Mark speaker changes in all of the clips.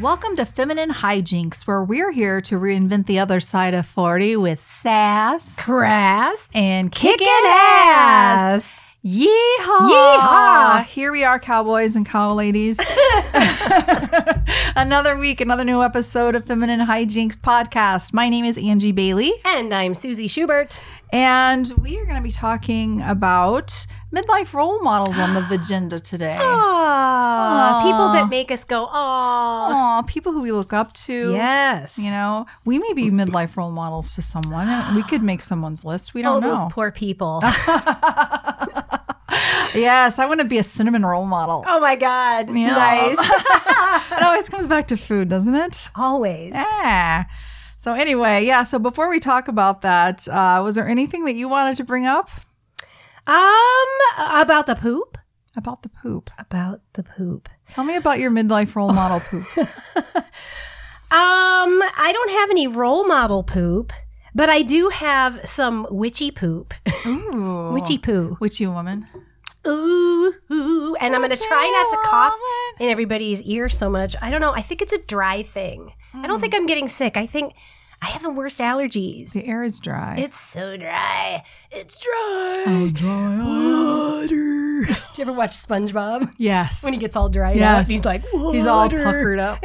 Speaker 1: Welcome to Feminine Hijinks, where we're here to reinvent the other side of 40 with sass
Speaker 2: Crass.
Speaker 1: and kicking
Speaker 2: Kicking
Speaker 1: ass.
Speaker 2: ass.
Speaker 1: Yeehaw!
Speaker 2: Yeehaw!
Speaker 1: Here we are, cowboys and cow ladies. another week, another new episode of Feminine Hijinks podcast. My name is Angie Bailey,
Speaker 2: And I'm Susie Schubert.
Speaker 1: and we are going to be talking about midlife role models on the Vagenda today.
Speaker 2: Oh. Aww. People
Speaker 1: Aw.
Speaker 2: that make us go, aww.
Speaker 1: Aw, people who we look up to.
Speaker 2: Yes.
Speaker 1: You know, we may be midlife role models to someone. and We could make someone's list. We
Speaker 2: All
Speaker 1: don't
Speaker 2: Oh, those
Speaker 1: know.
Speaker 2: poor people.
Speaker 1: yes, I want to be a cinnamon role model.
Speaker 2: oh my God.
Speaker 1: Yeah.
Speaker 2: Nice.
Speaker 1: It always comes back to food, doesn't it?
Speaker 2: Always.
Speaker 1: Yeah. So anyway, yeah. So before we talk about that, uh, was there anything that you wanted to bring up
Speaker 2: Um, about the poop?
Speaker 1: about the poop?
Speaker 2: About the poop.
Speaker 1: Tell me about your midlife role model poop.
Speaker 2: Um, I don't have any role model poop, but I do have some witchy poop.
Speaker 1: Ooh.
Speaker 2: Witchy poo.
Speaker 1: Witchy woman.
Speaker 2: Ooh, ooh. And I'm going to try not to cough
Speaker 1: Woman.
Speaker 2: in everybody's ear so much. I don't know. I think it's a dry thing. I don't think I'm getting sick. I think I have the worst allergies.
Speaker 1: The air is dry.
Speaker 2: It's so dry. It's dry.
Speaker 1: Oh. dry.
Speaker 2: Water. Do you ever watch SpongeBob?
Speaker 1: Yes.
Speaker 2: When he gets all dried
Speaker 1: Yes.
Speaker 2: out, and he's like, Water.
Speaker 1: He's all puckered up.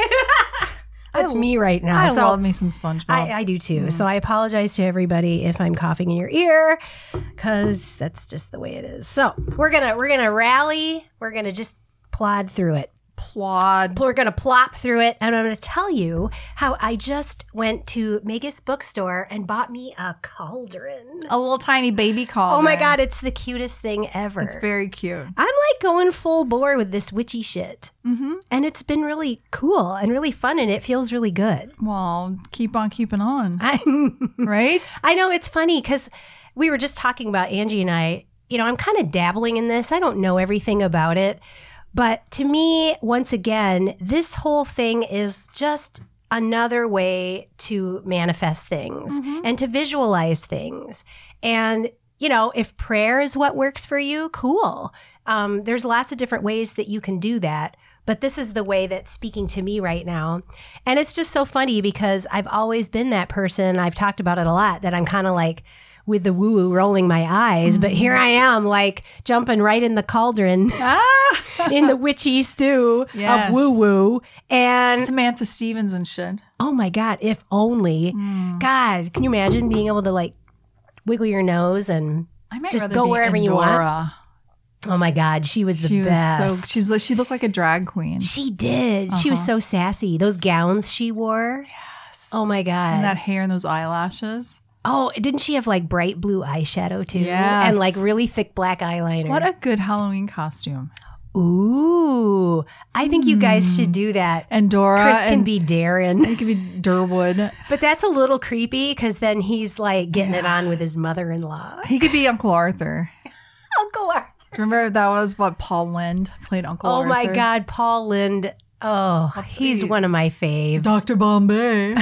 Speaker 2: That's me right now.
Speaker 1: I
Speaker 2: Ah, so
Speaker 1: love me some SpongeBob.
Speaker 2: I, I do too. So I apologize to everybody if I'm coughing in your ear, because that's just the way it is. So we're gonna we're gonna rally. We're gonna just plod through it.
Speaker 1: Plod.
Speaker 2: We're going to plop through it, and I'm going to tell you how I just went to Megas Bookstore and bought me a cauldron.
Speaker 1: A little tiny baby call.
Speaker 2: Oh my God, it's the cutest thing ever.
Speaker 1: It's very cute.
Speaker 2: I'm like going full bore with this witchy shit,
Speaker 1: Mm-hmm.
Speaker 2: and it's been really cool and really fun, and it feels really good.
Speaker 1: Well, keep on keeping on,
Speaker 2: I,
Speaker 1: right?
Speaker 2: I know it's funny because we were just talking about Angie and I. You know, I'm kind of dabbling in this. I don't know everything about it. But to me, once again, this whole thing is just another way to manifest things
Speaker 1: Mhm.
Speaker 2: and to visualize things. And, you know, if prayer is what works for you, cool. Um, there's lots of different ways that you can do that. But this is the way that's speaking to me right now. And it's just so funny because I've always been that person. I've talked about it a lot that I'm kind of like with the woo woo rolling my eyes. But here
Speaker 1: Mm.
Speaker 2: I am, like jumping right in the cauldron
Speaker 1: ah,
Speaker 2: in the witchy stew
Speaker 1: Yes.
Speaker 2: of woo woo. And
Speaker 1: Samantha Stevens and shit.
Speaker 2: oh my God, if only.
Speaker 1: Mm.
Speaker 2: God, can you imagine being able to like wiggle your nose and
Speaker 1: I might
Speaker 2: Just
Speaker 1: rather
Speaker 2: go
Speaker 1: be
Speaker 2: wherever you want.
Speaker 1: Andorra.
Speaker 2: oh my God, she was the
Speaker 1: She was
Speaker 2: best.
Speaker 1: so she's like she looked like a drag queen.
Speaker 2: she did. She was
Speaker 1: Uh-huh.
Speaker 2: so sassy. Those gowns she wore.
Speaker 1: Yes.
Speaker 2: Oh my God.
Speaker 1: and that hair and those eyelashes.
Speaker 2: Oh, didn't she have like bright blue eyeshadow too?
Speaker 1: Yes.
Speaker 2: And like really thick black eyeliner.
Speaker 1: What a good Halloween costume.
Speaker 2: Ooh. I think you guys should do that.
Speaker 1: Andorra
Speaker 2: Chris can
Speaker 1: and
Speaker 2: be Darren.
Speaker 1: it could be Durwood.
Speaker 2: Uh, But that's a little creepy because then he's like getting it on with his mother in law.
Speaker 1: He could be Uncle Arthur.
Speaker 2: Uncle Arthur.
Speaker 1: Remember that was what Paul Lind played Uncle
Speaker 2: Oh
Speaker 1: Arthur.
Speaker 2: my God, Paul Lind. Oh, he's
Speaker 1: please.
Speaker 2: one of my faves.
Speaker 1: Dr. Bombay.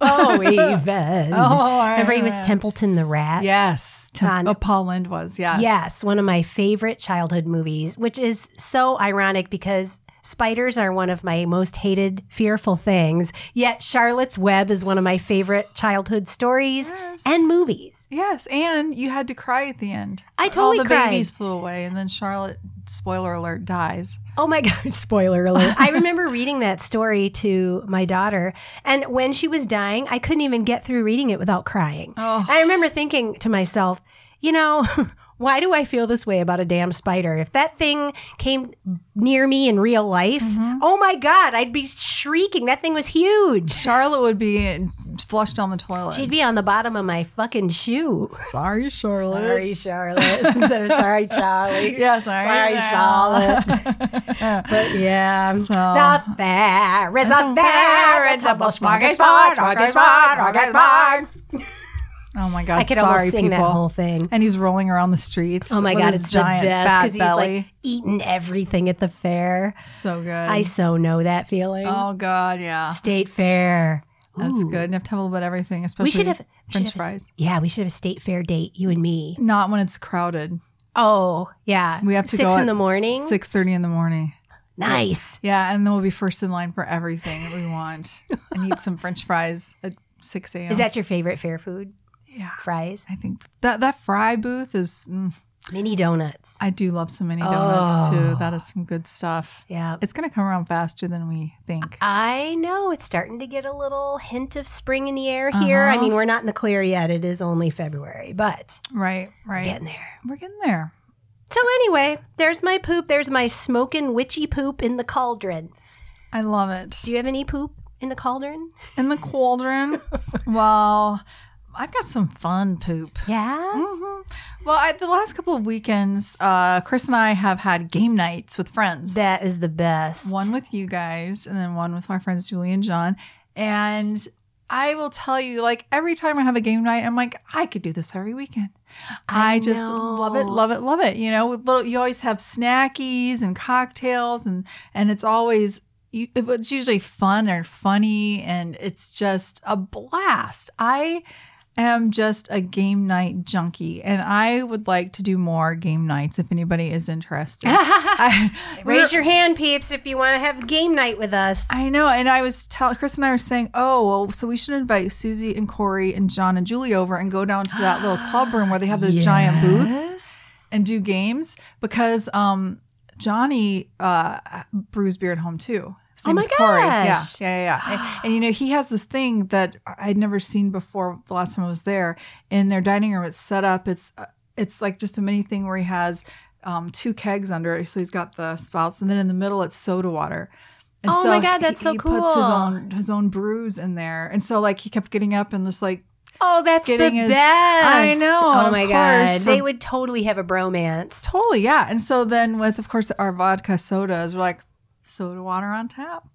Speaker 2: Oh, even. Remember he was Templeton the Rat?
Speaker 1: Yes. Tem-
Speaker 2: On-
Speaker 1: oh, Paul Lind was, yes.
Speaker 2: Yes, one of my favorite childhood movies, which is so ironic because spiders are one of my most hated, fearful things. Yet Charlotte's Web is one of my favorite childhood stories
Speaker 1: Yes.
Speaker 2: and movies.
Speaker 1: Yes, and you had to cry at the end.
Speaker 2: I
Speaker 1: All
Speaker 2: totally
Speaker 1: the
Speaker 2: cried.
Speaker 1: babies flew away, and then Charlotte, spoiler alert, dies.
Speaker 2: Oh my God, spoiler alert. I remember reading that story to my daughter, and when she was dying, I couldn't even get through reading it without crying.
Speaker 1: Oh.
Speaker 2: I remember thinking to myself, you know, why do I feel this way about a damn spider? If that thing came near me in real life, oh my God, I'd be shrieking. That thing was huge.
Speaker 1: Charlotte would be flushed down the toilet.
Speaker 2: She'd be on the bottom of my fucking shoe.
Speaker 1: sorry, Charlotte.
Speaker 2: Sorry, Charlotte. Instead of sorry, Charlie.
Speaker 1: Yeah, sorry.
Speaker 2: Sorry, Charlotte. But yeah, the fair is a fair. It's a smorgasbord, smorgasbord, smorgasbord.
Speaker 1: Oh my God!
Speaker 2: I could
Speaker 1: sorry,
Speaker 2: almost sing
Speaker 1: people.
Speaker 2: that whole thing.
Speaker 1: and he's rolling around the streets.
Speaker 2: Oh my
Speaker 1: with
Speaker 2: god,
Speaker 1: his
Speaker 2: it's
Speaker 1: giant
Speaker 2: the best
Speaker 1: fat
Speaker 2: he's
Speaker 1: belly.
Speaker 2: like eating everything at the fair.
Speaker 1: so good.
Speaker 2: I so know that feeling.
Speaker 1: oh God, yeah,
Speaker 2: State fair.
Speaker 1: that's
Speaker 2: Ooh.
Speaker 1: good. You have to have a little bit of everything, especially
Speaker 2: We should have we should
Speaker 1: French
Speaker 2: have a-
Speaker 1: fries.
Speaker 2: yeah, we should have a state fair date, you and me.
Speaker 1: Not when it's crowded.
Speaker 2: Oh yeah,
Speaker 1: We have to
Speaker 2: six
Speaker 1: go
Speaker 2: in
Speaker 1: at
Speaker 2: the morning.
Speaker 1: Six thirty in the morning.
Speaker 2: Nice.
Speaker 1: Yeah, and then we'll be first in line for everything that we want and eat some french fries at 6 a.m.
Speaker 2: Is that your favorite fair food?
Speaker 1: Yeah.
Speaker 2: Fries,
Speaker 1: I think that that fry booth is. Mm,
Speaker 2: mini donuts.
Speaker 1: I do love some mini donuts
Speaker 2: Oh.
Speaker 1: too. That is some good stuff.
Speaker 2: Yeah.
Speaker 1: It's going to come around faster than we think.
Speaker 2: I know it's starting to get a little hint of spring in the air here. I
Speaker 1: Uh-huh.
Speaker 2: mean, we're not in the clear yet. It is only February, but
Speaker 1: Right, right.
Speaker 2: getting there.
Speaker 1: We're getting there.
Speaker 2: So anyway, there's my poop. There's my smoking witchy poop in the cauldron.
Speaker 1: I love it.
Speaker 2: Do you have any poop in the cauldron?
Speaker 1: In the cauldron, well, I've got some fun poop.
Speaker 2: Yeah.
Speaker 1: hmm
Speaker 2: Mm-hmm.
Speaker 1: Well, I, the last couple of weekends, uh, Chris and I have had game nights with friends.
Speaker 2: That is the best.
Speaker 1: one with you guys, and then one with my friends Julie and John. And I will tell you, like every time I have a game night, I'm like, I could do this every weekend. I,
Speaker 2: I
Speaker 1: just
Speaker 2: know.
Speaker 1: love it, love it, love it. You know, with little, you always have snackies and cocktails, and and it's always you- it's usually fun or funny, and it's just a blast. I am just a game night junkie, and I would like to do more game nights if anybody is interested. I,
Speaker 2: Raise your hand, peeps, if you want to have game night with us.
Speaker 1: I know. And I was telling Chris and I were saying, oh, well, so we should invite Susie and Corey and John and Julie over and go down to that little club room where they have those giant booths and do games because um, Johnny uh, brews beer at home too. His
Speaker 2: Oh
Speaker 1: name
Speaker 2: my
Speaker 1: is Corey. Yeah,
Speaker 2: gosh.
Speaker 1: yeah, yeah. yeah. And, and, you know, he has this thing that I'd never seen before. The last time I was there, in their dining room, it's set up. It's uh, it's like just a mini thing where he has um, two kegs under it, so he's got the spouts, and then in the middle it's soda water. And
Speaker 2: Oh my God, that's
Speaker 1: he,
Speaker 2: so
Speaker 1: he puts his
Speaker 2: cool.
Speaker 1: own his own brews in there, and so like he kept getting up and just like
Speaker 2: Oh, that's
Speaker 1: Getting
Speaker 2: the
Speaker 1: his-
Speaker 2: best.
Speaker 1: I know,
Speaker 2: Oh
Speaker 1: of
Speaker 2: my
Speaker 1: course,
Speaker 2: god.
Speaker 1: for-
Speaker 2: They would totally have a bromance.
Speaker 1: Totally, yeah. And so then with of course our vodka sodas, we're like soda water on tap.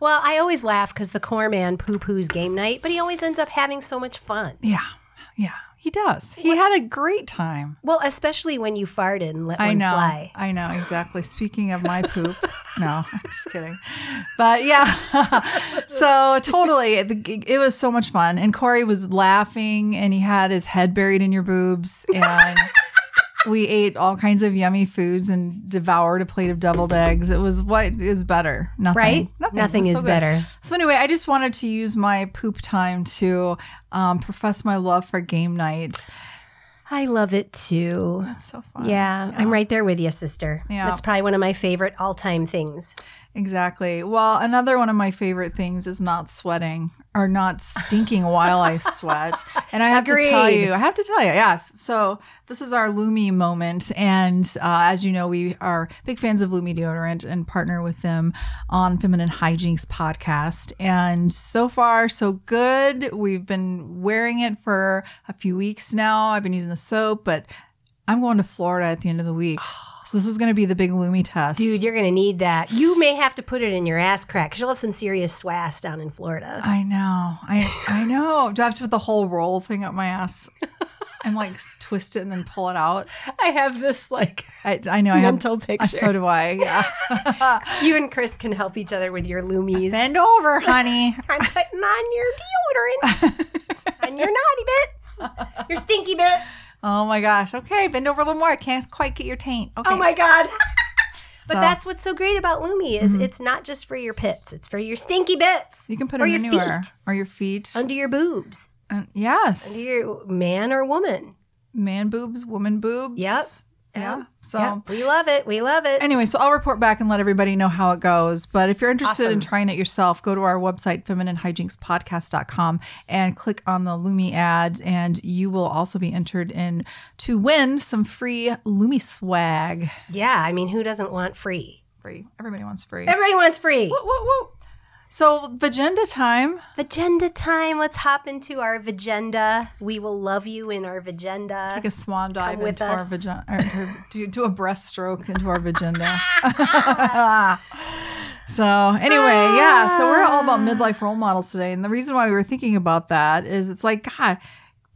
Speaker 2: Well, I always laugh because the core man poo poos game night, but he always ends up having so much fun.
Speaker 1: Yeah, yeah. He does. He had a great time.
Speaker 2: Well, especially when you farted and let
Speaker 1: I
Speaker 2: one
Speaker 1: know.
Speaker 2: fly.
Speaker 1: I know exactly. Speaking of my poop, no, I'm just kidding. But yeah, so totally, the gig- it was so much fun. And Corey was laughing, and he had his head buried in your boobs, and we ate all kinds of yummy foods and devoured a plate of deviled eggs. It was what is better, nothing,
Speaker 2: Right?
Speaker 1: Nothing, It
Speaker 2: Nothing
Speaker 1: was
Speaker 2: is
Speaker 1: so good.
Speaker 2: better.
Speaker 1: So anyway, I just wanted to use my poop time to um, profess my love for game night.
Speaker 2: I love it too.
Speaker 1: That's so fun.
Speaker 2: Yeah, I'm right there with you, sister.
Speaker 1: Uh, Yeah.
Speaker 2: That's probably one of my favorite all time things.
Speaker 1: Exactly. Well, another one of my favorite things is not sweating or not stinking while I sweat. And I have to tell
Speaker 2: Agreed.
Speaker 1: you, I have to tell you, yes. So this is our Lumi moment, and uh, as you know, we are big fans of Lumi deodorant and partner with them on Feminine Hijinks podcast. And so far, so good. We've been wearing it for a few weeks now. I've been using the soap, but I'm going to Florida at the end of the week. So this is going to be the big Lumi test.
Speaker 2: Dude, you're going to need that. You may have to put it in your ass crack because you'll have some serious swass down in Florida.
Speaker 1: I know. I I know. Do I have to put the whole roll thing up my ass and like s- twist it and then pull it out?
Speaker 2: I have this like
Speaker 1: I, I know. I have.
Speaker 2: mental
Speaker 1: Uh,
Speaker 2: picture.
Speaker 1: so do I. Yeah.
Speaker 2: you and Chris can help each other with your Lumies.
Speaker 1: Bend over, honey.
Speaker 2: I'm putting on your deodorant and your naughty bits, your stinky bits.
Speaker 1: oh my gosh. Okay, bend over a little more. I can't quite get your taint. Okay.
Speaker 2: Oh my god. But
Speaker 1: So,
Speaker 2: that's what's so great about Lumi is
Speaker 1: Mhm.
Speaker 2: it's not just for your pits, it's for your stinky bits
Speaker 1: you can put
Speaker 2: or
Speaker 1: them
Speaker 2: your
Speaker 1: anywhere
Speaker 2: feet.
Speaker 1: or your feet.
Speaker 2: under your boobs,
Speaker 1: And-
Speaker 2: under
Speaker 1: yes,
Speaker 2: your man or woman.
Speaker 1: man boobs, woman boobs.
Speaker 2: Yep.
Speaker 1: Yeah. So.
Speaker 2: Yeah, we love it. We love it.
Speaker 1: Anyway, so I'll report back and let everybody know how it goes. But if you're interested in
Speaker 2: Awesome.
Speaker 1: trying it yourself, go to our website, femininehijinxpodcast.com, and click on the Lumi ads, and you will also be entered in to win some free Lumi swag.
Speaker 2: yeah, I mean, who doesn't want free?
Speaker 1: Free. Everybody wants free.
Speaker 2: Everybody wants free.
Speaker 1: Woo, woo, woo. So, agenda time.
Speaker 2: Vagenda time. Let's hop into our vagenda. We will love you in our vagenda.
Speaker 1: Take a swan dive
Speaker 2: with
Speaker 1: into our
Speaker 2: us.
Speaker 1: vagina, or, or do, do a breaststroke into our vagina. so anyway, yeah. So we're all about midlife role models today, and the reason why we were thinking about that is it's like God,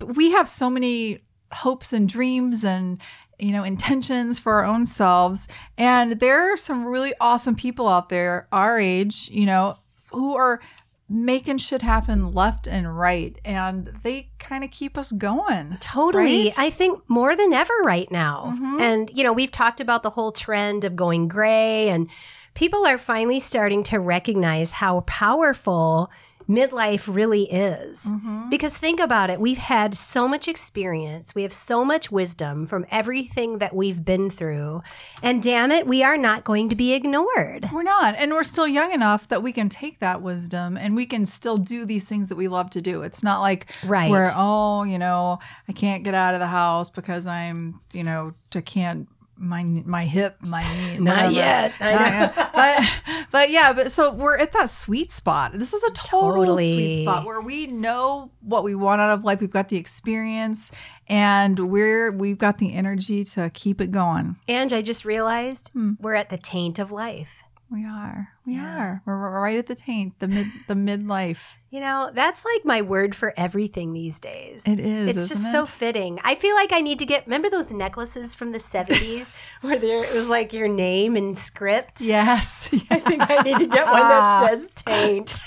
Speaker 1: we have so many hopes and dreams and you know intentions for our own selves, and there are some really awesome people out there our age, you know, who are making shit happen left and right and they kind of keep us going
Speaker 2: Totally.
Speaker 1: Right?
Speaker 2: I think more than ever right now.
Speaker 1: Mhm.
Speaker 2: And, you know, we've talked about the whole trend of going gray and people are finally starting to recognize how powerful midlife really is.
Speaker 1: Mhm.
Speaker 2: Because think about it, we've had so much experience, we have so much wisdom from everything that we've been through, and damn it, we are not going to be ignored.
Speaker 1: We're not. And we're still young enough that we can take that wisdom and we can still do these things that we love to do. It's not like
Speaker 2: Right.
Speaker 1: where, oh, you know, I can't get out of the house because I'm, you know, I can't my my hip, my knee. whatever.
Speaker 2: I
Speaker 1: Not
Speaker 2: know.
Speaker 1: yet. But but yeah, but so we're at that sweet spot. This is a total
Speaker 2: Totally.
Speaker 1: sweet spot where we know what we want out of life. We've got the experience and we're we've got the energy to keep it going.
Speaker 2: And I just realized
Speaker 1: Hmm.
Speaker 2: we're at the taint of life.
Speaker 1: We are. We
Speaker 2: Yeah.
Speaker 1: are. We're, we're right at the taint, the mid the midlife.
Speaker 2: You know, that's like my word for everything these days.
Speaker 1: It is.
Speaker 2: It's
Speaker 1: isn't
Speaker 2: just so
Speaker 1: it?
Speaker 2: fitting. I feel like I need to get. Remember those necklaces from the seventies where there it was like your name and script.
Speaker 1: Yes.
Speaker 2: I think I need to get one
Speaker 1: Ah.
Speaker 2: that says taint.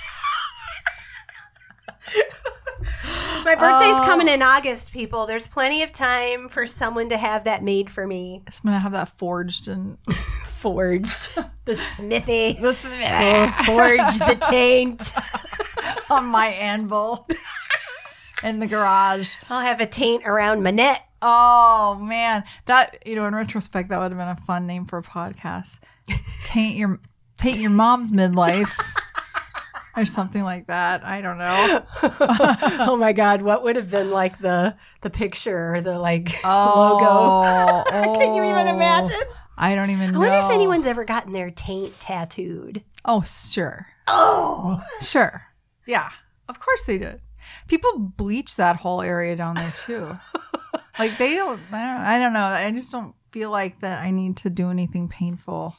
Speaker 2: My birthday's
Speaker 1: Oh.
Speaker 2: coming in August, people. There's plenty of time for someone to have that made for me.
Speaker 1: I'm gonna have that forged and
Speaker 2: Forged. The smithy.
Speaker 1: this is
Speaker 2: will forge the taint.
Speaker 1: on my anvil in the garage.
Speaker 2: I'll have a taint around my neck.
Speaker 1: Oh man, that you know, in retrospect, that would have been a fun name for a podcast. Taint your taint your mom's midlife. Or something like that. I don't know.
Speaker 2: oh my god, what would have been like the the picture or the like logo?
Speaker 1: Oh,
Speaker 2: Can you even
Speaker 1: oh.
Speaker 2: imagine?
Speaker 1: I don't even
Speaker 2: I
Speaker 1: know.
Speaker 2: wonder if anyone's ever gotten their taint tattooed.
Speaker 1: Oh, sure.
Speaker 2: Oh,
Speaker 1: Sure. Yeah. Of course they did. People bleach that whole area down there too. like they don't I, don't I don't know. I just don't feel like that I need to do anything painful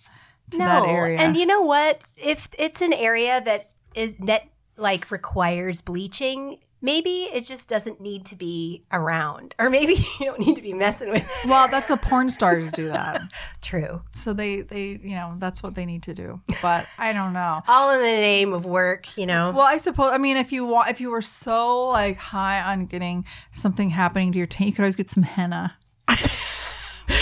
Speaker 1: to
Speaker 2: no.
Speaker 1: that area.
Speaker 2: And you know what? If it's an area that is that like requires bleaching, maybe it just doesn't need to be around, or maybe you don't need to be messing with it.
Speaker 1: well, that's what porn stars do that.
Speaker 2: True.
Speaker 1: So they they you know, that's what they need to do. But I don't know.
Speaker 2: All in the name of work, you know.
Speaker 1: Well, I suppose I mean if you want if you were so like high on getting something happening to your taint, you could always get some henna.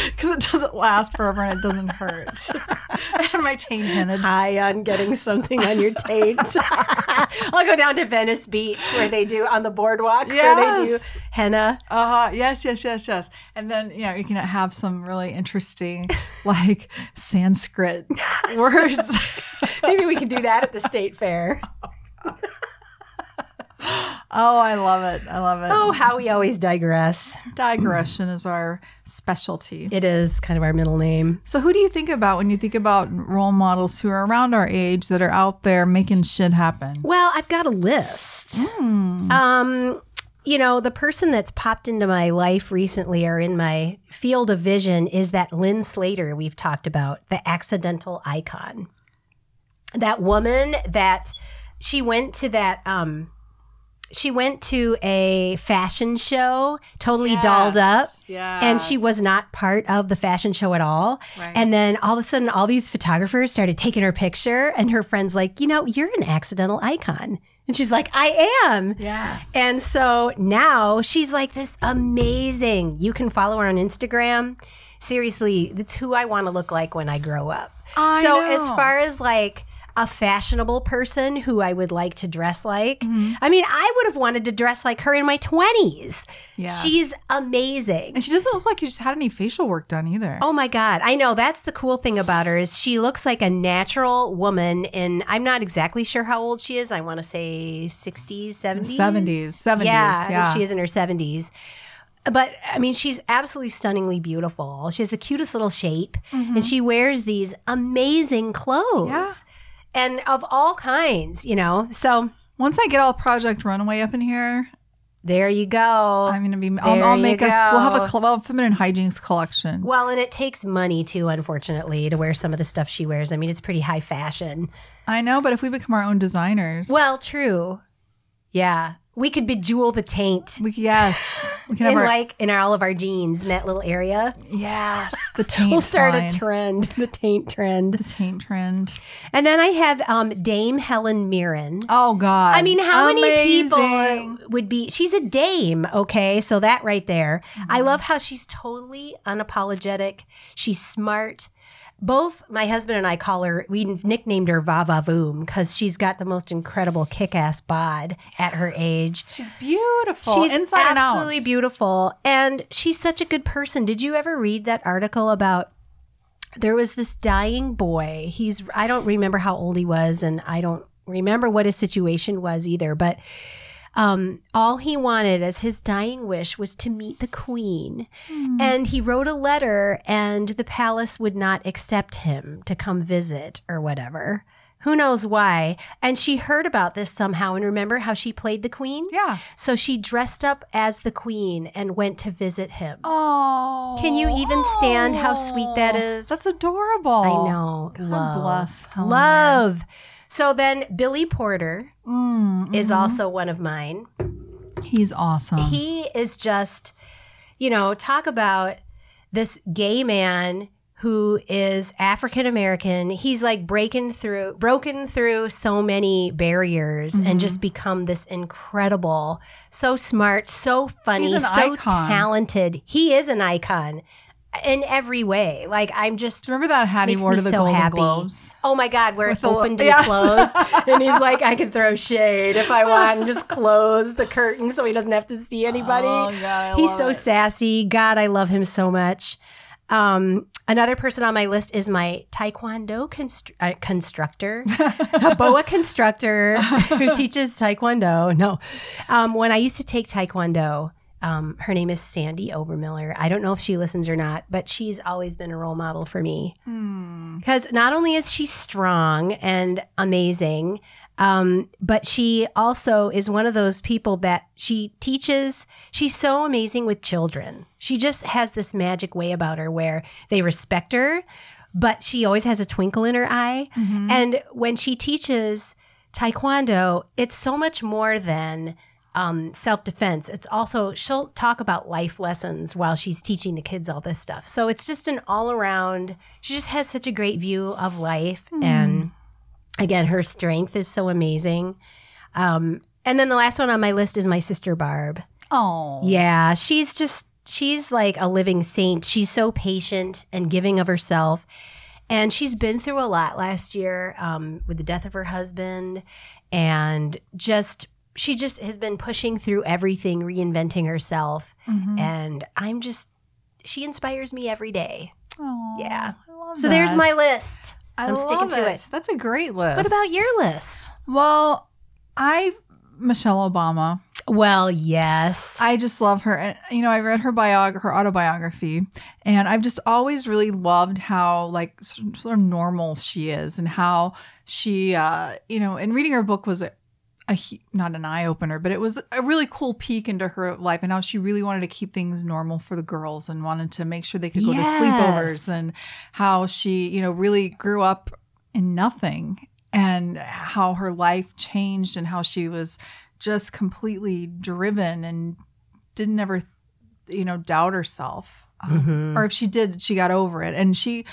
Speaker 1: Because it doesn't last forever and it doesn't hurt. I had my taint henna
Speaker 2: high on getting something on your taint. I'll go down to Venice Beach where they do on the boardwalk where they do
Speaker 1: Yes.
Speaker 2: henna.
Speaker 1: Uh huh. Yes, yes, yes, yes. And then you know you can have some really interesting like Sanskrit words.
Speaker 2: Maybe we could do that at the state fair.
Speaker 1: oh, I love it. I love it.
Speaker 2: Oh, how we always digress.
Speaker 1: digression is our specialty.
Speaker 2: It is kind of our middle name.
Speaker 1: So, who do you think about when you think about role models who are around our age that are out there making shit happen?
Speaker 2: Well, I've got a list.
Speaker 1: Hmm.
Speaker 2: Um, you know, the person that's popped into my life recently or in my field of vision is that Lynn Slater we've talked about, the accidental icon. That woman that she went to that um she went to a fashion show, totally dolled up.
Speaker 1: Yeah.
Speaker 2: And she was not part of the fashion show at all.
Speaker 1: Uh, Right.
Speaker 2: And then all of a sudden, all these photographers started taking her picture, and her friend's like, You know, you're an accidental icon. And she's like, I am.
Speaker 1: Yes.
Speaker 2: And so now she's like this amazing. You can follow her on Instagram. Seriously, that's who I want to look like when I grow up.
Speaker 1: I
Speaker 2: so
Speaker 1: know.
Speaker 2: as far as like a fashionable person who I would like to dress like,
Speaker 1: Mm-hmm.
Speaker 2: I mean, I would have wanted to dress like her in my 20s.
Speaker 1: Yes.
Speaker 2: She's amazing.
Speaker 1: and she doesn't look like she's had any facial work done either.
Speaker 2: Oh my god. I know that's the cool thing about her is she looks like a natural woman and I'm not exactly sure how old she is. I want to say 60s, 70s.
Speaker 1: 70s, 70s,
Speaker 2: Yeah, I
Speaker 1: yeah.
Speaker 2: think she is in her 70s. But I mean, she's absolutely stunningly beautiful. She has the cutest little shape and she wears these amazing clothes.
Speaker 1: Mm-hmm. Yeah.
Speaker 2: And of all kinds, you know. So
Speaker 1: Once I get all Project Runway up in here,
Speaker 2: there you go.
Speaker 1: I'm gonna be. I'll,
Speaker 2: There
Speaker 1: I'll
Speaker 2: you
Speaker 1: make us. We'll have
Speaker 2: go.
Speaker 1: a cl- we'll have a feminine hijinks collection.
Speaker 2: well, and it takes money too, unfortunately, to wear some of the stuff she wears. I mean, it's pretty high fashion.
Speaker 1: I know, but if we become our own designers,
Speaker 2: Well, true. Yeah. We could bejewel the taint
Speaker 1: we, yes, we can have
Speaker 2: in
Speaker 1: our
Speaker 2: like in our, all of our jeans in that little area.
Speaker 1: yes the taint.
Speaker 2: We'll start
Speaker 1: line.
Speaker 2: a trend, the taint
Speaker 1: the
Speaker 2: trend.
Speaker 1: taint trend.
Speaker 2: And then I have um, Dame Helen Mirren.
Speaker 1: Oh God!
Speaker 2: I mean, how many
Speaker 1: Amazing.
Speaker 2: people would be? She's a dame, okay? So that Mm-hmm. right there. I love how she's totally unapologetic. She's smart. both my husband and I call her, we nicknamed her Vava Voom because she's got the most incredible kick ass bod at her age.
Speaker 1: She's beautiful.
Speaker 2: She's
Speaker 1: inside and out.
Speaker 2: absolutely beautiful. And she's such a good person. Did you ever read that article about there was this dying boy? He's, I don't remember how old he was, and I don't remember what his situation was either, but um, all he wanted as his dying wish was to meet the queen.
Speaker 1: Hmm.
Speaker 2: And he wrote a letter, and the palace would not accept him to come visit or whatever. Who knows why? And she heard about this somehow. And remember how she played the queen?
Speaker 1: Yeah.
Speaker 2: So she dressed up as the queen and went to visit him.
Speaker 1: Oh.
Speaker 2: Can you even stand how sweet that is?
Speaker 1: That's adorable.
Speaker 2: I know.
Speaker 1: God
Speaker 2: love.
Speaker 1: bless Helen
Speaker 2: Love. So then Billy Porter
Speaker 1: Mm,
Speaker 2: is
Speaker 1: mhm.
Speaker 2: also one of mine.
Speaker 1: He's awesome.
Speaker 2: He is just, you know, talk about this gay man who is African American. He's like breaking through, broken through so many barriers and
Speaker 1: Mhm.
Speaker 2: just become this incredible, so smart, so funny,
Speaker 1: He's an
Speaker 2: so
Speaker 1: icon.
Speaker 2: talented. He is an icon in every way. Like I'm just.
Speaker 1: Do you remember that hat he
Speaker 2: Makes
Speaker 1: wore
Speaker 2: me
Speaker 1: to the
Speaker 2: so
Speaker 1: Golden
Speaker 2: happy.
Speaker 1: Globes?
Speaker 2: Oh my God, where
Speaker 1: With
Speaker 2: it
Speaker 1: the lo-
Speaker 2: opened
Speaker 1: Yes.
Speaker 2: and closed. and he's like, I can throw shade if I want and just close the curtain so he doesn't have to see anybody.
Speaker 1: Oh, God, I
Speaker 2: He's
Speaker 1: love
Speaker 2: so
Speaker 1: it.
Speaker 2: sassy. God, I love him so much. Um, another person on my list is my Taekwondo constr uh, constructor, a boa constructor who teaches Taekwondo. No, um, when I used to take Taekwondo, um, her name is Sandy Obermiller. I don't know if she listens or not, but she's always been a role model for me
Speaker 1: Hmm.
Speaker 2: because not only is she strong and amazing, um, but she also is one of those people that she teaches. She's so amazing with children. She just has this magic way about her where they respect her, but she always has a twinkle in her eye.
Speaker 1: Mhm.
Speaker 2: And when she teaches taekwondo, it's so much more than um, self defense. It's also, she'll talk about life lessons while she's teaching the kids all this stuff. So it's just an all around, she just has such a great view of life. And again, her strength is so amazing. Um, and then the last one on my list is my sister, Barb.
Speaker 1: Oh.
Speaker 2: Yeah, she's just she's like a living saint. She's so patient and giving of herself. And she's been through a lot last year um, with the death of her husband, and just she just has been pushing through everything, reinventing herself.
Speaker 1: Mhm.
Speaker 2: And I'm just she inspires me every day.
Speaker 1: Oh,
Speaker 2: Yeah.
Speaker 1: I love
Speaker 2: So there's
Speaker 1: that.
Speaker 2: my list.
Speaker 1: I
Speaker 2: I'm sticking
Speaker 1: love
Speaker 2: to it.
Speaker 1: That's a great list.
Speaker 2: What about your list?
Speaker 1: Well, I Michelle Obama.
Speaker 2: Well, yes.
Speaker 1: I just love her. And, You know, I read her biog- her autobiography, and I've just always really loved how like sort sort of normal she is, and how she, uh, you know, and reading her book was a, a he- not an eye opener, but it was a really cool peek into her life and how she really wanted to keep things normal for the girls and wanted to make sure they could go
Speaker 2: Yes.
Speaker 1: to sleepovers, and how she, you know, really grew up in nothing and how her life changed and how she was just completely driven and didn't ever you know doubt herself Um,
Speaker 2: Mhm.
Speaker 1: or if she did she got over it and she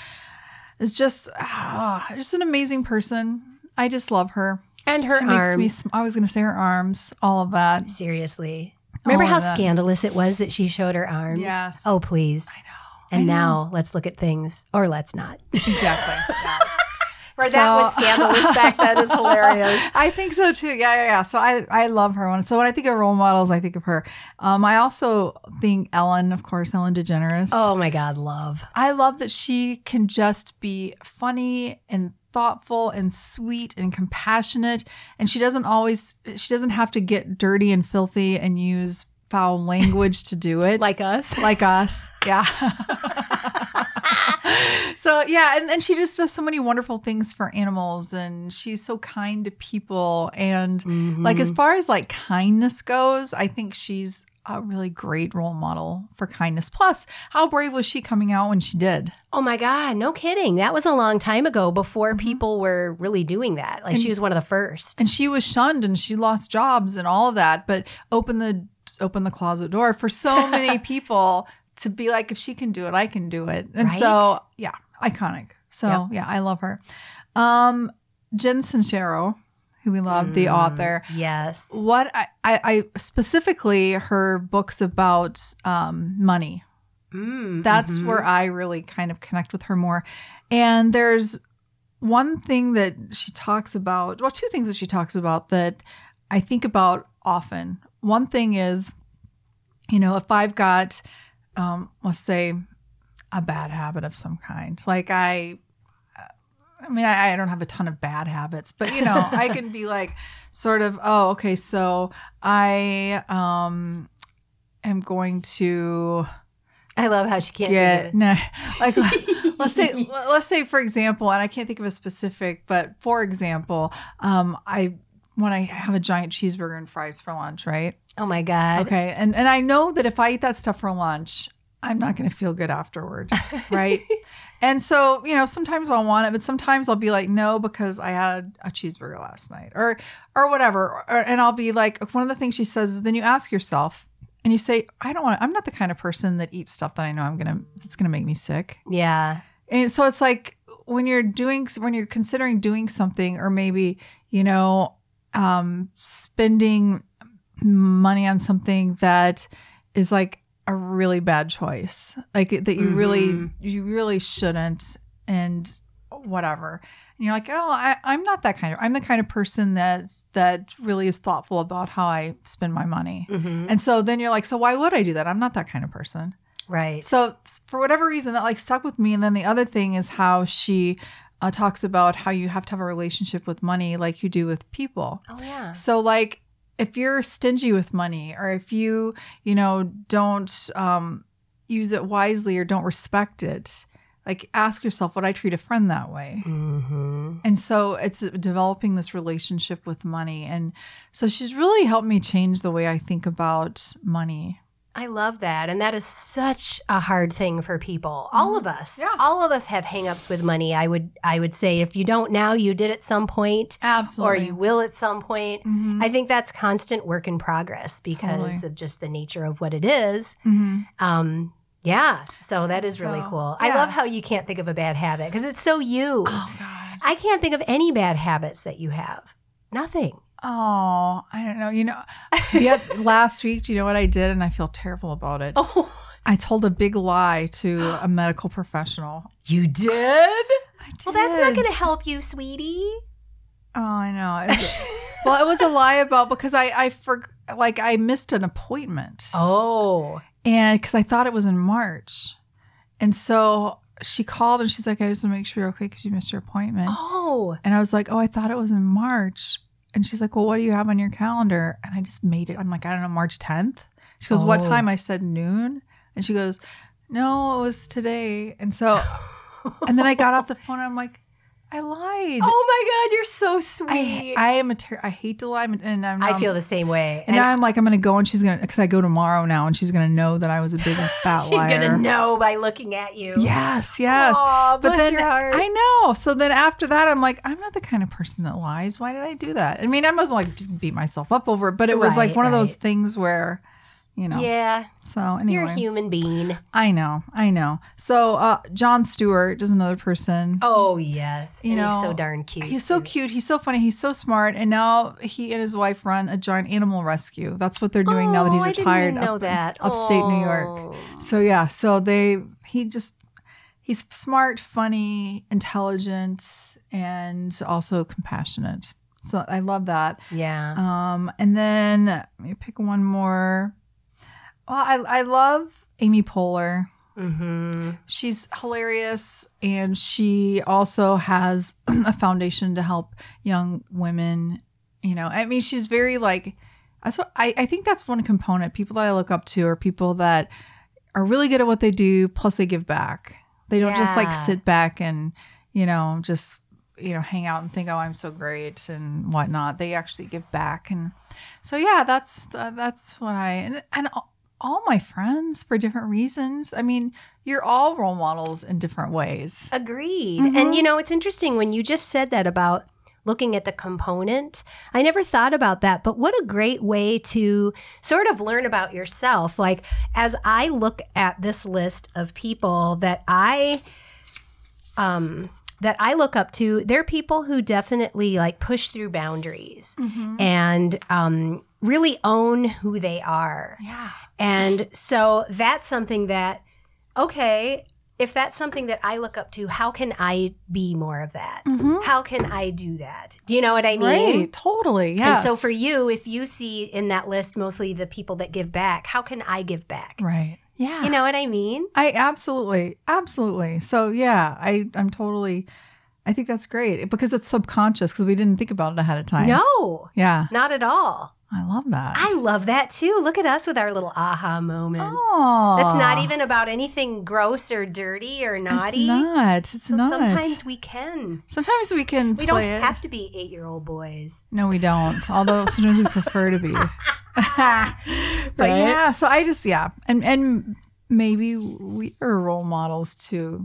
Speaker 1: is just ah, just an amazing person i just love her
Speaker 2: And her
Speaker 1: she makes me
Speaker 2: arms.
Speaker 1: sm- i was gonna say her arms all of that
Speaker 2: Seriously. Remember
Speaker 1: All
Speaker 2: how
Speaker 1: of that.
Speaker 2: scandalous it was that she showed her arms?
Speaker 1: Oh, Yes.
Speaker 2: Oh, please.
Speaker 1: i know
Speaker 2: And
Speaker 1: I know.
Speaker 2: now let's look at things, or let's not.
Speaker 1: exactly yeah.
Speaker 2: Or that was scandalous back then is hilarious.
Speaker 1: I think so too. Yeah, yeah, yeah. So I, I love her one. So when I think of role models, I think of her. Um, I also think Ellen, of course, Ellen DeGeneres.
Speaker 2: Oh my God, love.
Speaker 1: I love that she can just be funny and thoughtful and sweet and compassionate. And she doesn't always, she doesn't have to get dirty and filthy and use foul language to do it.
Speaker 2: Like us.
Speaker 1: like us. Yeah. so yeah, and, and she just does so many wonderful things for animals and she's so kind to people. And like as far as like kindness goes, I think she's a really great role model for kindness. Plus, how brave was she coming out when she did?
Speaker 2: oh my God, no kidding. That was a long time ago before
Speaker 1: Mm-hmm.
Speaker 2: people were really doing that. Like she was one of the first.
Speaker 1: And she was shunned and she lost jobs and all of that, but open the open the closet door for so many people to be like, if she can do it, I can do it. And so yeah, iconic. So
Speaker 2: Yep.
Speaker 1: yeah, I love her. Um Jen Sincero, who we love, the
Speaker 2: Mm,
Speaker 1: author.
Speaker 2: Yes.
Speaker 1: What I, I, I specifically her books about um, money
Speaker 2: Mm,
Speaker 1: That's
Speaker 2: mhm.
Speaker 1: where I really kind of connect with her more. And there's one thing that she talks about, well, two things that she talks about that I think about often. One thing is, you know, if I've got, um, let's say, a bad habit of some kind, like I, uh, I mean, I, I don't have a ton of bad habits, but you know, I can be like, sort of, oh, okay, so I um, am going to
Speaker 2: I love how she can't
Speaker 1: yeah,
Speaker 2: get
Speaker 1: no. Like let's say let's say for example, and I can't think of a specific, but for example, um, I when I have a giant cheeseburger and fries for lunch, right?
Speaker 2: Oh my god.
Speaker 1: Okay, and and I know that if I eat that stuff for lunch, I'm not going to feel good afterward, right? and so you know, sometimes I'll want it, but sometimes I'll be like, no, because I had a cheeseburger last night, or or whatever, or, and I'll be like, one of the things she says is, then you ask yourself. And you say, I don't want. I'm not the kind of person that eats stuff that I know I'm gonna. That's gonna make me sick.
Speaker 2: Yeah.
Speaker 1: And so it's like when you're doing, when you're considering doing something, or maybe, you know, um, spending money on something that is like a really bad choice, like that you really,
Speaker 2: Mhm.
Speaker 1: you really shouldn't, and whatever. And you're like, oh, I, I'm not that kind of, I'm the kind of person that, that really is thoughtful about how I spend my money.
Speaker 2: Mhm.
Speaker 1: And so then you're like, so why would I do that? I'm not that kind of person.
Speaker 2: Right.
Speaker 1: So s- for whatever reason, that like stuck with me. And then the other thing is how she uh, talks about how you have to have a relationship with money, like you do with people.
Speaker 2: Oh yeah.
Speaker 1: So like if you're stingy with money, or if you you know don't um, use it wisely or don't respect it, like ask yourself, would I treat a friend that way?
Speaker 2: Mhm.
Speaker 1: And so it's developing this relationship with money. And so she's really helped me change the way I think about money.
Speaker 2: I love that. And that is such a hard thing for people. All of us.
Speaker 1: Yeah.
Speaker 2: All of us have hangups with money. I would I would say if you don't now, you did at some point
Speaker 1: Absolutely.
Speaker 2: or you will at some point.
Speaker 1: Mhm.
Speaker 2: I think that's constant work in progress because
Speaker 1: Totally.
Speaker 2: of just the nature of what it is.
Speaker 1: Mhm.
Speaker 2: Um, yeah, so that is really
Speaker 1: So,
Speaker 2: cool. I
Speaker 1: yeah.
Speaker 2: love how you can't think of a bad habit because it's so you.
Speaker 1: Oh God.
Speaker 2: I can't think of any bad habits that you have. Nothing.
Speaker 1: Oh, I don't know. You know, yeah. last week, do you know what I did? And I feel terrible about it.
Speaker 2: Oh,
Speaker 1: I told a big lie to a medical professional.
Speaker 2: you did? Well,
Speaker 1: I did.
Speaker 2: that's not going to help you, sweetie.
Speaker 1: Oh, I know. It was- well, it was a lie about because I I for like I missed an appointment,
Speaker 2: Oh,
Speaker 1: and because I thought it was in March, and so she called and she's like, I just want to make sure you're okay because you missed your appointment.
Speaker 2: oh,
Speaker 1: And I was like, oh, I thought it was in March. And she's like, well, what do you have on your calendar? And I just made it. I'm like, I don't know, March 10th. She goes, what
Speaker 2: Oh.
Speaker 1: time? I said noon. And she goes, no, it was today. And so, and then I got off the phone. I'm like, I lied.
Speaker 2: oh my God, you're so
Speaker 1: I,
Speaker 2: sweet. Um, I,
Speaker 1: I am a ter- I hate to lie. I'm- And I'm, I'm-
Speaker 2: feel the same way.
Speaker 1: And, now I'm like, I'm gonna go, and she's gonna, because I go tomorrow now, and she's gonna know that I was a big fat
Speaker 2: she's
Speaker 1: liar.
Speaker 2: going to know by looking at you.
Speaker 1: Yes, yes.
Speaker 2: Aw,
Speaker 1: But
Speaker 2: bless
Speaker 1: then
Speaker 2: your heart.
Speaker 1: I know. So then after that, I'm like, I'm not the kind of person that lies. Why did I do that? I mean, I wasn't like didn't beat myself up over it, but it was
Speaker 2: Right,
Speaker 1: like one of those
Speaker 2: right.
Speaker 1: things where, you know.
Speaker 2: Yeah,
Speaker 1: So
Speaker 2: you're a
Speaker 1: anyway,
Speaker 2: human being.
Speaker 1: I know, I know. So uh, John Stewart is another person.
Speaker 2: Oh, yes.
Speaker 1: You
Speaker 2: And he's so
Speaker 1: know,
Speaker 2: darn cute.
Speaker 1: He's so
Speaker 2: too.
Speaker 1: cute. He's so funny. He's so smart. And now he and his wife run a giant animal rescue. That's what they're doing now that he's
Speaker 2: Oh, I
Speaker 1: retired.
Speaker 2: didn't even know
Speaker 1: up in
Speaker 2: that.
Speaker 1: upstate New York.
Speaker 2: Oh.
Speaker 1: So yeah, so they he just he's smart, funny, intelligent, and also compassionate. So I love that.
Speaker 2: Yeah.
Speaker 1: Um, and then let me pick one more. Well, I I love Amy Poehler.
Speaker 2: Mm-hmm.
Speaker 1: She's hilarious, and she also has a foundation to help young women. You know, I mean, she's very like. That's what I, I think that's one component. People that I look up to are people that are really good at what they do. Plus, they give back. They don't just like
Speaker 2: Yeah.
Speaker 1: sit back and you know just you know hang out and think, oh, I'm so great and whatnot. They actually give back, and so yeah, that's that's what I and and all my friends for different reasons. I mean, you're all role models in different ways.
Speaker 2: Agreed.
Speaker 1: Mhm.
Speaker 2: And you know, it's interesting when you just said that about looking at the component. I never thought about that, but what a great way to sort of learn about yourself. Like, as I look at this list of people that I, um, that I look up to, they're people who definitely like push through boundaries
Speaker 1: Mm-hmm.
Speaker 2: and um, really own who they are.
Speaker 1: Yeah.
Speaker 2: And so that's something that okay, if that's something that I look up to, how can I be more of that?
Speaker 1: Mhm.
Speaker 2: How can I do that? Do you know what I mean?
Speaker 1: Right. Totally.
Speaker 2: And
Speaker 1: Yes.
Speaker 2: so for you, if you see in that list mostly the people that give back, how can I give back?
Speaker 1: right. Yeah.
Speaker 2: You know what I mean?
Speaker 1: I absolutely, absolutely. So yeah, I I'm totally. I think that's great because it's subconscious because we didn't think about it ahead of time.
Speaker 2: No,
Speaker 1: Yeah,
Speaker 2: not at all.
Speaker 1: I love that.
Speaker 2: I love that too. Look at us with our little aha moments.
Speaker 1: oh,
Speaker 2: That's not even about anything gross or dirty or naughty.
Speaker 1: It's not. It's
Speaker 2: so
Speaker 1: not.
Speaker 2: sometimes we can.
Speaker 1: Sometimes we can.
Speaker 2: We don't
Speaker 1: play it.
Speaker 2: have to be eight year old boys.
Speaker 1: No, we don't. Although sometimes we prefer to be. but yeah, so I just yeah, and and maybe we are role models to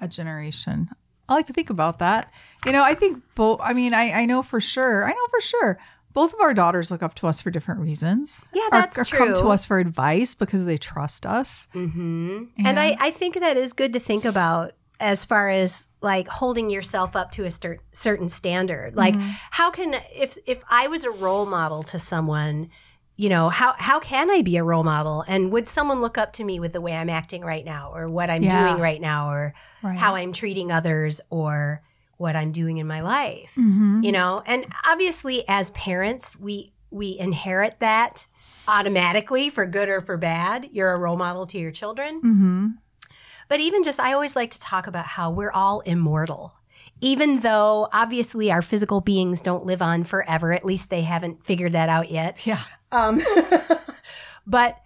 Speaker 1: a generation. I like to think about that. You know, I think both. I mean, I I know for sure. I know for sure. Both of our daughters look up to us for different reasons.
Speaker 2: Yeah,
Speaker 1: Or-
Speaker 2: that's
Speaker 1: or,
Speaker 2: true.
Speaker 1: come to us for advice because they trust us.
Speaker 2: hmm
Speaker 1: Yeah.
Speaker 2: And I, I think that is good to think about as far as like holding yourself up to a cer- certain standard. Like,
Speaker 1: Mhm.
Speaker 2: how can if if I was a role model to someone, you know, how how can I be a role model? And would someone look up to me with the way I'm acting right now, or what I'm
Speaker 1: Yeah.
Speaker 2: doing right now, or
Speaker 1: Right.
Speaker 2: how I'm treating others, or what I'm doing in my life?
Speaker 1: Mhm.
Speaker 2: you know and obviously as parents we we inherit that automatically for good or for bad you're a role model to your children
Speaker 1: Mhm.
Speaker 2: but even just i always like to talk about how we're all immortal even though obviously our physical beings don't live on forever at least they haven't figured that out yet
Speaker 1: Yeah.
Speaker 2: um, but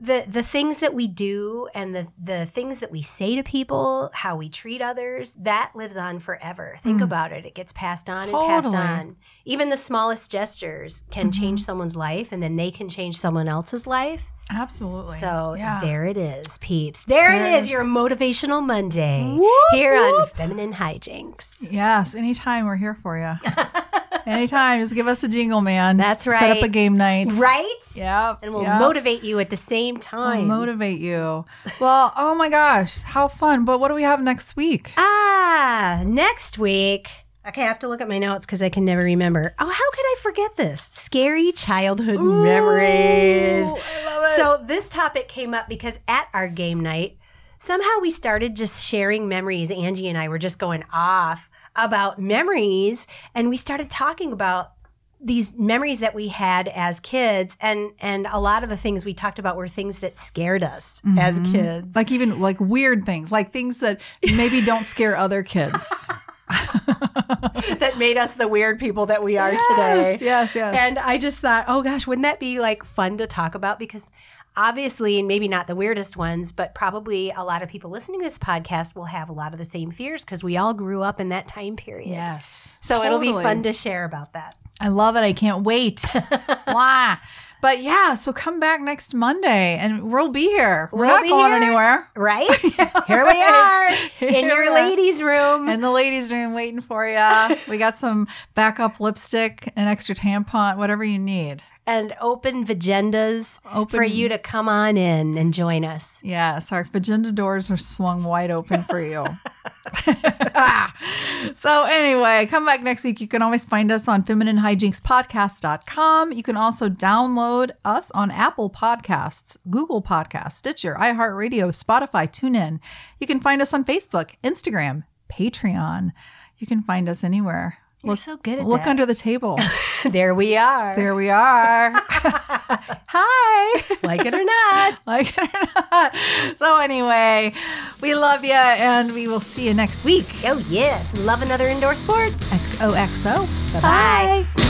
Speaker 2: the the things that we do and the the things that we say to people, how we treat others, that lives on forever. Think
Speaker 1: Mm.
Speaker 2: about it; it gets passed on and passed
Speaker 1: Totally.
Speaker 2: on. Even the smallest gestures can
Speaker 1: Mhm.
Speaker 2: change someone's life, and then they can change someone else's life.
Speaker 1: Absolutely.
Speaker 2: So
Speaker 1: yeah.
Speaker 2: there it is, peeps. There,
Speaker 1: There
Speaker 2: it is,
Speaker 1: is.
Speaker 2: your motivational Monday
Speaker 1: Whoop,
Speaker 2: here on
Speaker 1: whoop.
Speaker 2: Feminine Hijinks.
Speaker 1: Yes, anytime we're here for you. anytime, just give us a jingle, man.
Speaker 2: That's
Speaker 1: Set up
Speaker 2: right.
Speaker 1: a game night.
Speaker 2: Right?
Speaker 1: Yep.
Speaker 2: And we'll
Speaker 1: yep.
Speaker 2: motivate you at the same
Speaker 1: We'll
Speaker 2: time.
Speaker 1: motivate you. Well, oh my gosh, how fun! But what do we have next week?
Speaker 2: Ah, next week. Okay, I have to look at my notes because I can never remember. Oh, how could I forget this? Scary childhood memories.
Speaker 1: Ooh, I love it.
Speaker 2: So, this topic came up because at our game night, somehow we started just sharing memories. Angie and I were just going off about memories, and we started talking about these memories that we had as kids and and a lot of the things we talked about were things that scared us as
Speaker 1: Mhm.
Speaker 2: kids
Speaker 1: like even like weird things, like things that maybe don't scare other kids.
Speaker 2: that made us the weird people that we are today
Speaker 1: Yes, yes, yes.
Speaker 2: And I just thought, oh gosh, wouldn't that be like fun to talk about? Because obviously, and maybe not the weirdest ones, but probably a lot of people listening to this podcast will have a lot of the same fears because we all grew up in that time period.
Speaker 1: yes.
Speaker 2: So it'll be
Speaker 1: Totally.
Speaker 2: fun to share about that.
Speaker 1: I love it. I can't wait. Why? But yeah, so come back next Monday and we'll be here. We're
Speaker 2: We'll
Speaker 1: not
Speaker 2: be
Speaker 1: going
Speaker 2: here.
Speaker 1: anywhere.
Speaker 2: Right? Here we are
Speaker 1: Right.
Speaker 2: in
Speaker 1: Here we
Speaker 2: your
Speaker 1: are.
Speaker 2: ladies' room.
Speaker 1: And the ladies' room waiting for you. We got some backup lipstick, an extra tampon, whatever you need.
Speaker 2: and open vagendas
Speaker 1: Open
Speaker 2: for you to come on in and join us.
Speaker 1: Yes, our vagina doors are swung wide open for you. so anyway, come back next week. You can always find us on femininehijinkspodcast.com. You can also download us on Apple Podcasts, Google Podcasts, Stitcher, iHeartRadio, Spotify, TuneIn. You can find us on Facebook, Instagram, Patreon. You can find us anywhere.
Speaker 2: We're so good at
Speaker 1: Look
Speaker 2: that.
Speaker 1: under the table.
Speaker 2: there we are.
Speaker 1: There we are. Hi.
Speaker 2: Like it or not.
Speaker 1: Like it or not. So, anyway, we love you and we will see you next week.
Speaker 2: Oh, yes. Love another indoor sports.
Speaker 1: XOXO.
Speaker 2: Bye.
Speaker 1: Bye.